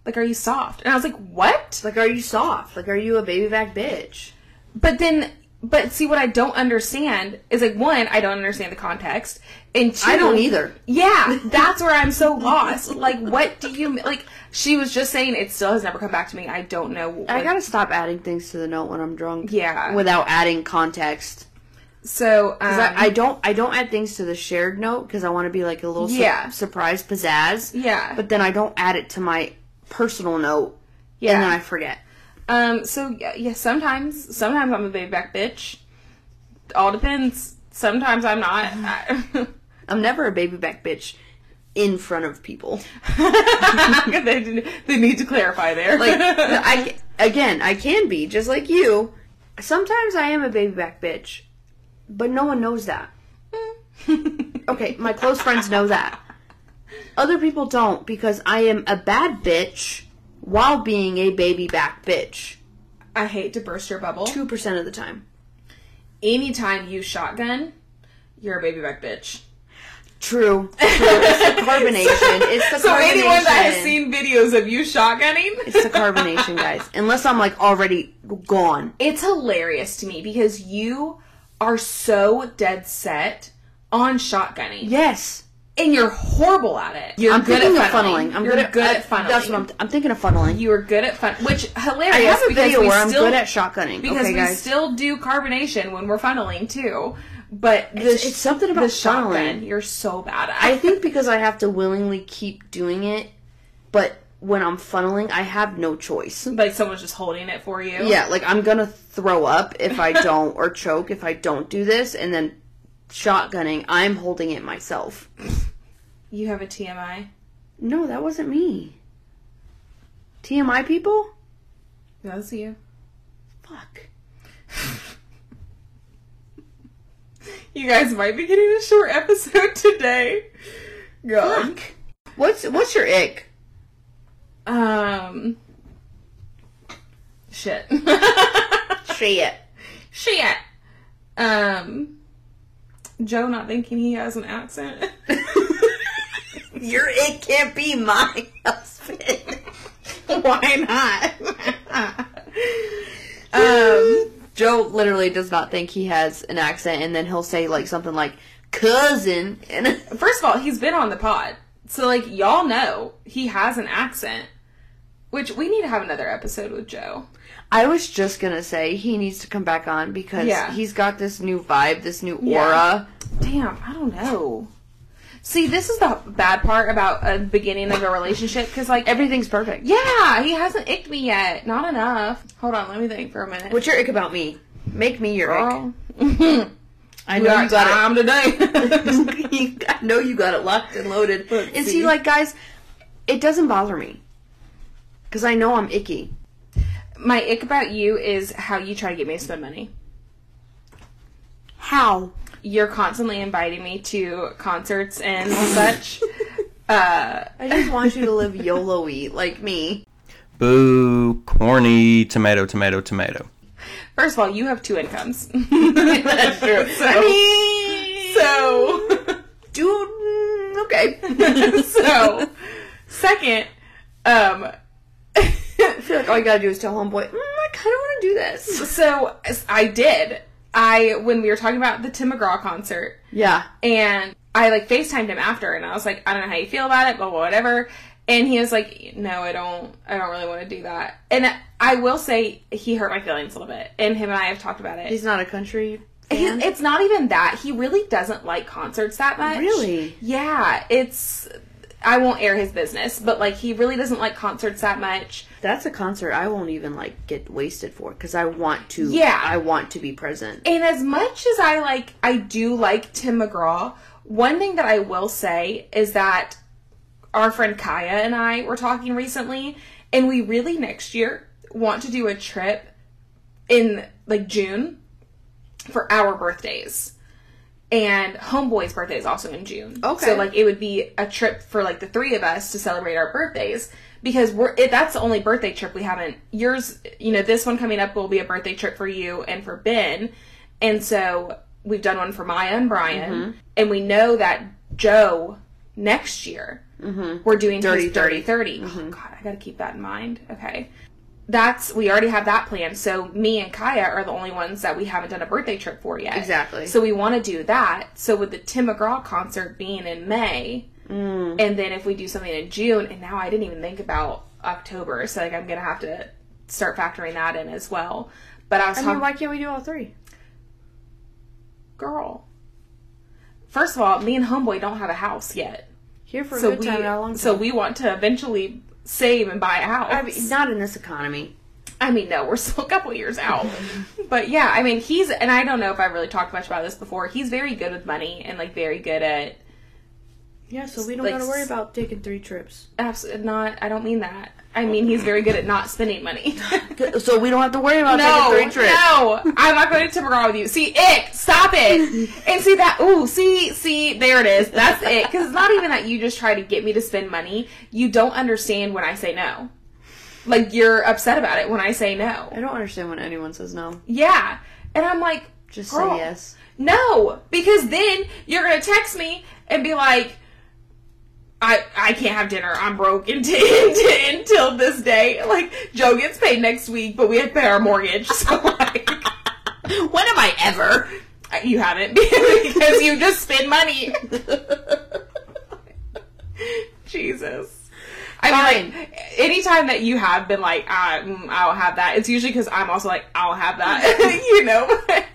S2: "Like, are you soft?" And I was like, "What?"
S1: Like, are you soft? Like, are you a baby back bitch?
S2: But then, but see, what I don't understand is like one, I don't understand the context, and two,
S1: I don't either.
S2: Yeah, that's where I'm so lost. Like, what do you like? She was just saying it still has never come back to me. I don't know. Like,
S1: I gotta stop adding things to the note when I'm drunk.
S2: Yeah.
S1: Without adding context.
S2: so um,
S1: 'Cause I, I don't I don't add things to the shared note because I want to be like a little su-
S2: Yeah.
S1: surprise pizzazz.
S2: yeah,
S1: But then I don't add it to my personal note.
S2: yeah.
S1: And then I forget.
S2: Um. So yeah, yeah, sometimes, sometimes I'm a baby back bitch. All depends. Sometimes I'm not. I-
S1: I'm never a baby back bitch in front of people.
S2: they, didn't- they need to clarify there.
S1: Like I again, I can be just like you. Sometimes I am a baby back bitch, but no one knows that. Okay, my close friends know that. Other people don't because I am a bad bitch while being a baby back bitch
S2: I hate to burst your bubble.
S1: 2% of the time.
S2: anytime you shotgun, you're a baby back bitch.
S1: True. True. It's the carbonation. It's the
S2: So
S1: carbonation.
S2: anyone that has seen videos of you shotgunning,
S1: It's the carbonation, guys. Unless I'm like already gone.
S2: it's hilarious to me because you are so dead set on shotgunning,
S1: Yes.
S2: and you're horrible at it. You're
S1: I'm
S2: good
S1: thinking
S2: at
S1: of
S2: funneling.
S1: funneling. I'm
S2: you're
S1: good at, I-
S2: funneling.
S1: That's what I'm, I'm thinking of funneling.
S2: you are good at fun, which hilarious.
S1: I have a
S2: because
S1: video
S2: we
S1: where I'm
S2: still-
S1: good at shotgunning.
S2: because
S1: okay,
S2: we
S1: guys.
S2: still do carbonation when we're funneling too. But the
S1: It's-
S2: sh-
S1: it's something about
S2: the shotgun.
S1: funneling.
S2: You're so bad at.
S1: I think because I have to willingly keep doing it, but when I'm funneling, I have no choice.
S2: like someone's just holding it for you.
S1: Yeah, like I'm gonna throw up if I don't, or choke if I don't do this, and then shotgunning, I'm holding it myself.
S2: You have a TMI.
S1: No, that wasn't me. TMI people?
S2: That's you.
S1: Fuck.
S2: You guys might be getting a short episode today. God.
S1: Fuck. What's what's your ick?
S2: Um. Shit.
S1: Shit.
S2: shit. Um. Joe not thinking he has an accent.
S1: Your ick can't be my husband. Why not? um, Joe literally does not think he has an accent, and then he'll say like something like cousin, and
S2: First of all, he's been on the pod, so like y'all know he has an accent. Which we need to have another episode with Joe.
S1: I was just gonna say he needs to come back on because
S2: Yeah.
S1: he's got this new vibe, this new aura.
S2: Yeah. Damn, I don't know. See, this is the bad part about a beginning of a relationship because like
S1: Everything's perfect.
S2: Yeah, he hasn't icked me yet. Not enough. Hold on, let me think for a minute.
S1: What's your ick about me? Make me your ick.
S2: Girl. we
S1: I
S2: got time today.
S1: it. I know you got it locked and loaded.
S2: Let's
S1: and
S2: see.
S1: see, like guys, it doesn't bother me because I know I'm icky.
S2: My ick about you is how you try to get me to spend money.
S1: How?
S2: You're constantly inviting me to concerts and such. Uh,
S1: I just want you to live YOLO-y like me.
S3: Boo, corny, tomato, tomato, tomato.
S2: First of all, you have two incomes.
S1: That's true. Oh. I mean,
S2: so,
S1: dude, mm, okay.
S2: so, second, um,
S1: I feel like all you gotta do is tell homeboy, mm, I kind of want to do this.
S2: so as I did. I when we were talking about the Tim McGraw concert,
S1: Yeah.
S2: and I like Facetimed him after, and I was like, I don't know how you feel about it, but whatever. And he was like, No, I don't. I don't really want to do that. And I will say he hurt my feelings a little bit, and him and I have talked about it.
S1: He's not a country
S2: He-
S1: fan.
S2: it's not even that he really doesn't like concerts that much.
S1: Really?
S2: Yeah, it's. I won't air his business, but like he really doesn't like concerts that much.
S1: That's a concert I won't even like get wasted for because I want to.
S2: Yeah.
S1: I want to be present.
S2: And as much as I like, I do like Tim McGraw. One thing that I will say is that our friend Kaya and I were talking recently, and we really next year want to do a trip in like June for our birthdays. And Homeboy's birthday is also in June.
S1: Okay.
S2: So like it would be a trip for like the three of us to celebrate our birthdays because we're it, that's the only birthday trip we haven't. Yours, you know, this one coming up will be a birthday trip for you and for Ben. And so we've done one for Maya and Brian, and we know that Joe next year we're doing
S1: Dirty
S2: dirty 30 30. Oh, God, I gotta keep that in mind. Okay. That's we already have that plan. So me and Kaya are the only ones that we haven't done a birthday trip for yet.
S1: Exactly.
S2: So we want to do that. So with the Tim McGraw concert being in May, and then if we do something in June, and now I didn't even think about October, so like I'm gonna have to start factoring that in as well. But I was
S1: I
S2: talking,
S1: mean, why can't we do all three?
S2: girl. First of all, me and Homeboy don't have a house yet.
S1: Here for a
S2: so
S1: good
S2: we
S1: time, not a long time.
S2: so we want to eventually save and buy a house.
S1: I mean, not in this economy.
S2: I mean, no, we're still a couple years out. but yeah, I mean, he's, and I don't know if I've really talked much about this before, he's very good with money and like very good at,
S1: Yeah, so we don't
S2: Like
S1: gotta worry
S2: s-
S1: about taking three trips.
S2: absolutely not, I don't mean that. I mean, he's very good at not spending money.
S1: So we don't have to worry about
S2: no,
S1: taking three trips.
S2: no, I'm not going to Tim McGraw with you. See, ick, stop it. and see that, ooh, see, see, there it is. That's it. Because it's not even that you just try to get me to spend money. You don't understand when I say no. Like, you're upset about it when I say no.
S1: I don't understand when anyone says no.
S2: Yeah. And I'm like,
S1: Just
S2: Girl.
S1: say yes.
S2: No, because then you're gonna text me and be like, I I can't have dinner. I'm broke until until this day. Like Joe gets paid next week, but we have to pay our mortgage. So like, when am I ever? Uh, You haven't because you just spend money. Jesus. I mean, like, anytime that you have been like, I, mm, I'll have that, it's usually because I'm also like, I'll have that, you know? But,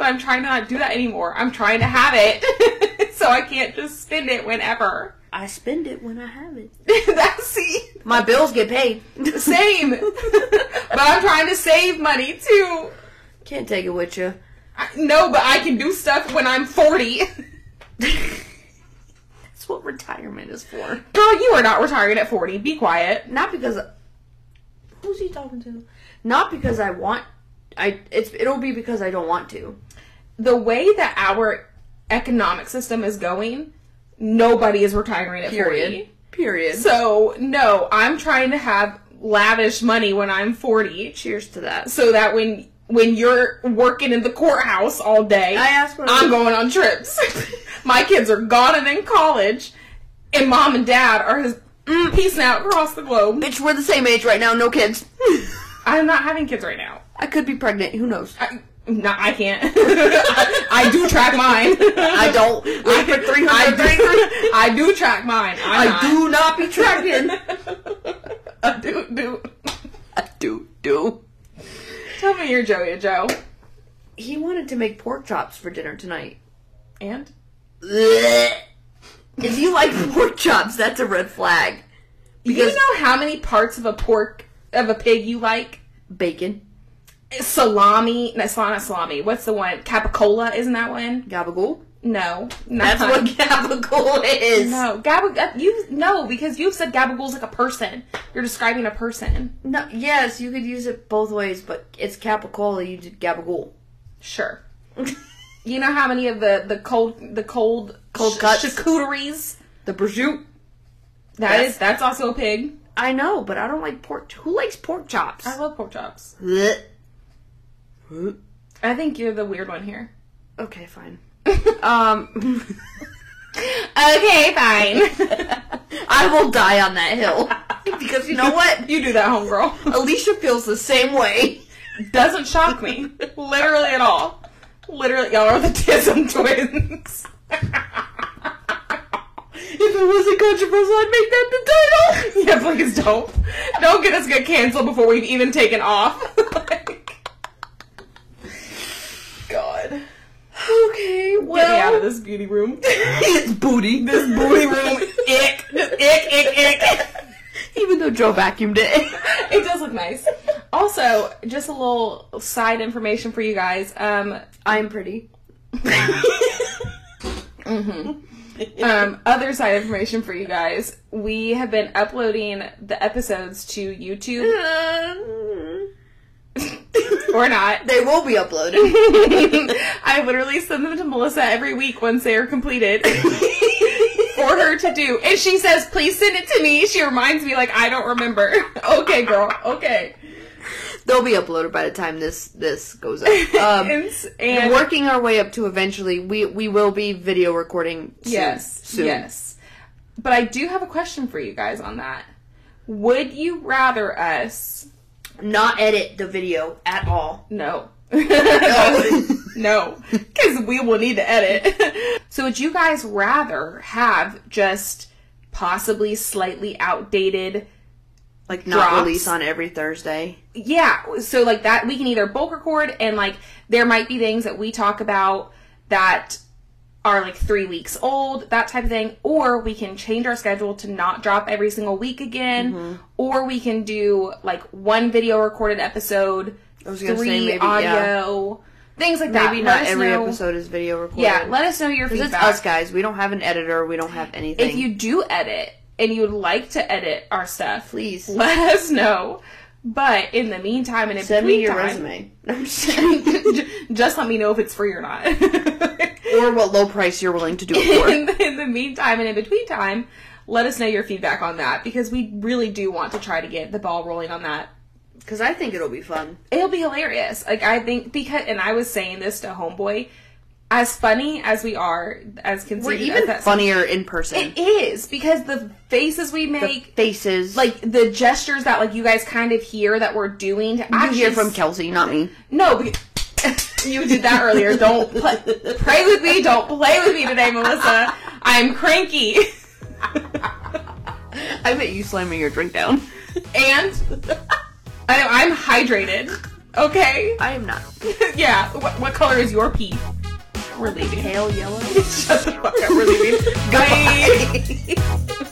S2: I'm trying to not do that anymore. I'm trying to have it. so I can't just spend it whenever.
S1: I spend it when I have it.
S2: That's see,
S1: My bills get paid.
S2: same. but I'm trying to save money too.
S1: Can't take it with you.
S2: I, no, but I can do stuff when I'm 40.
S1: That's what retirement is for.
S2: Girl, you are not retiring at 40. Be quiet.
S1: Not because. Who's he talking to? Not because I want. I it's it'll be because I don't want to.
S2: the way that our economic system is going, nobody is retiring at
S1: Period.
S2: 40.
S1: Period.
S2: So, no, I'm trying to have lavish money when I'm 40
S1: Cheers to that.
S2: so that when when you're working in the courthouse all day,
S1: I asked what I was-
S2: I'm going on trips. My kids are gone and in college, and mom and dad are his mm, peacing out across the globe.
S1: Bitch, we're the same age right now. No kids.
S2: I'm not having kids right now.
S1: I could be pregnant. Who knows?
S2: I, no, I can't. I, I do track mine.
S1: I don't. Wait for three
S2: I
S1: hundred.
S2: do, I do track mine. I'm
S1: I do not be pregnant.
S2: I do. do.
S1: I do do.
S2: Tell me your Joey Joe.
S1: He wanted to make pork chops for dinner tonight.
S2: And?
S1: Blech. If you like pork chops, that's a red flag.
S2: Do you
S1: Because
S2: know how many parts of a pork, of a pig you like?
S1: bacon,
S2: Salami. No, it's not salami. What's the one? Capicola, isn't that one?
S1: gabagool.
S2: No.
S1: That's what gabagool is.
S2: No, gabag. You no, because you've said gabagool's like a person. You're describing a person.
S1: No, yes, you could use it both ways, but it's capicola. You did gabagool.
S2: Sure. You know how many of the the cold the cold
S1: Cold cuts.
S2: charcuteries
S1: The prosciutto.
S2: That is
S1: Yes.
S2: that's also a pig.
S1: I know, but I don't like pork. Who likes pork chops?
S2: I love pork chops.
S1: Blech.
S2: I think you're the weird one here.
S1: Okay, fine. Um,
S2: Okay, fine.
S1: I will die on that hill because you know what?
S2: you do that, homegirl.
S1: Alicia feels the same way.
S2: Doesn't shock me. Literally at all. Literally, y'all are the Tism twins.
S1: If it wasn't controversial, I'd make that the title.
S2: yeah, please don't. Don't get us get canceled before we've even taken off. Like, God.
S1: Okay, well,
S2: Get me out of this beauty room.
S1: it's booty.
S2: This booty room. Ick. Ick, ick, ick.
S1: Even though Joe vacuumed it.
S2: It does look nice. Also, just a little side information for you guys. Um,
S1: I'm pretty.
S2: um, other side information for you guys. We have been uploading the episodes to YouTube or not.
S1: they will be uploaded.
S2: I literally send them to Melissa every week once they are completed for her to do. And she says, please send it to me. She reminds me, like, I don't remember. okay, girl. Okay.
S1: They'll be uploaded by the time this this goes up. Um,
S2: and, and
S1: working our way up to eventually, we we will be video recording. Soon,
S2: Yes.
S1: soon.
S2: Yes. But I do have a question for you guys on that. Would you rather us
S1: Not edit the video at all.
S2: no. no. Cuz we will need to edit. so would you guys rather have just possibly slightly outdated
S1: like not
S2: Drops.
S1: release on every Thursday.
S2: yeah, so like that we can either bulk record and like there might be things that we talk about that are like three weeks old, that type of thing, or we can change our schedule to not drop every single week again,
S1: Mm-hmm.
S2: or we can do like one video recorded episode,
S1: was
S2: three
S1: gonna say maybe,
S2: audio, things like that.
S1: Maybe
S2: Let
S1: not
S2: us
S1: every
S2: know-
S1: episode is video recorded.
S2: Yeah, let us know your
S1: 'Cause
S2: feedback.
S1: it's us guys. We don't have an editor. We don't have anything.
S2: if you do edit and you would like to edit our stuff,
S1: please
S2: let us know. But in the meantime, and in
S1: send me
S2: between
S1: your
S2: time-
S1: resume. I'm just kidding.
S2: just let me know if it's free or not. in,
S1: or what low price you're willing to do it
S2: in the meantime and in between time, let us know your feedback on that because we really do want to try to get the ball rolling on that.
S1: for. Because I think it'll be fun.
S2: It'll be hilarious. Like I think because and I was saying this to Homeboy, as funny as we are, as
S1: We're
S2: conceited as
S1: even
S2: that
S1: funnier in person.
S2: it is because the faces we
S1: The
S2: make,
S1: faces.
S2: like the gestures that like you guys kind of hear that we're doing to
S1: you
S2: actually
S1: hear from Kelsey, not me.
S2: No, because you did that earlier. Don't play, pray with me. Don't play with me today, Melissa. I'm cranky.
S1: I bet you slamming your drink down.
S2: And I know I'm hydrated. Okay?
S1: I am not.
S2: yeah. What, what color is your pee? We're leaving.
S1: Pale yellow.
S2: Shut the fuck up. We're leaving. Bye.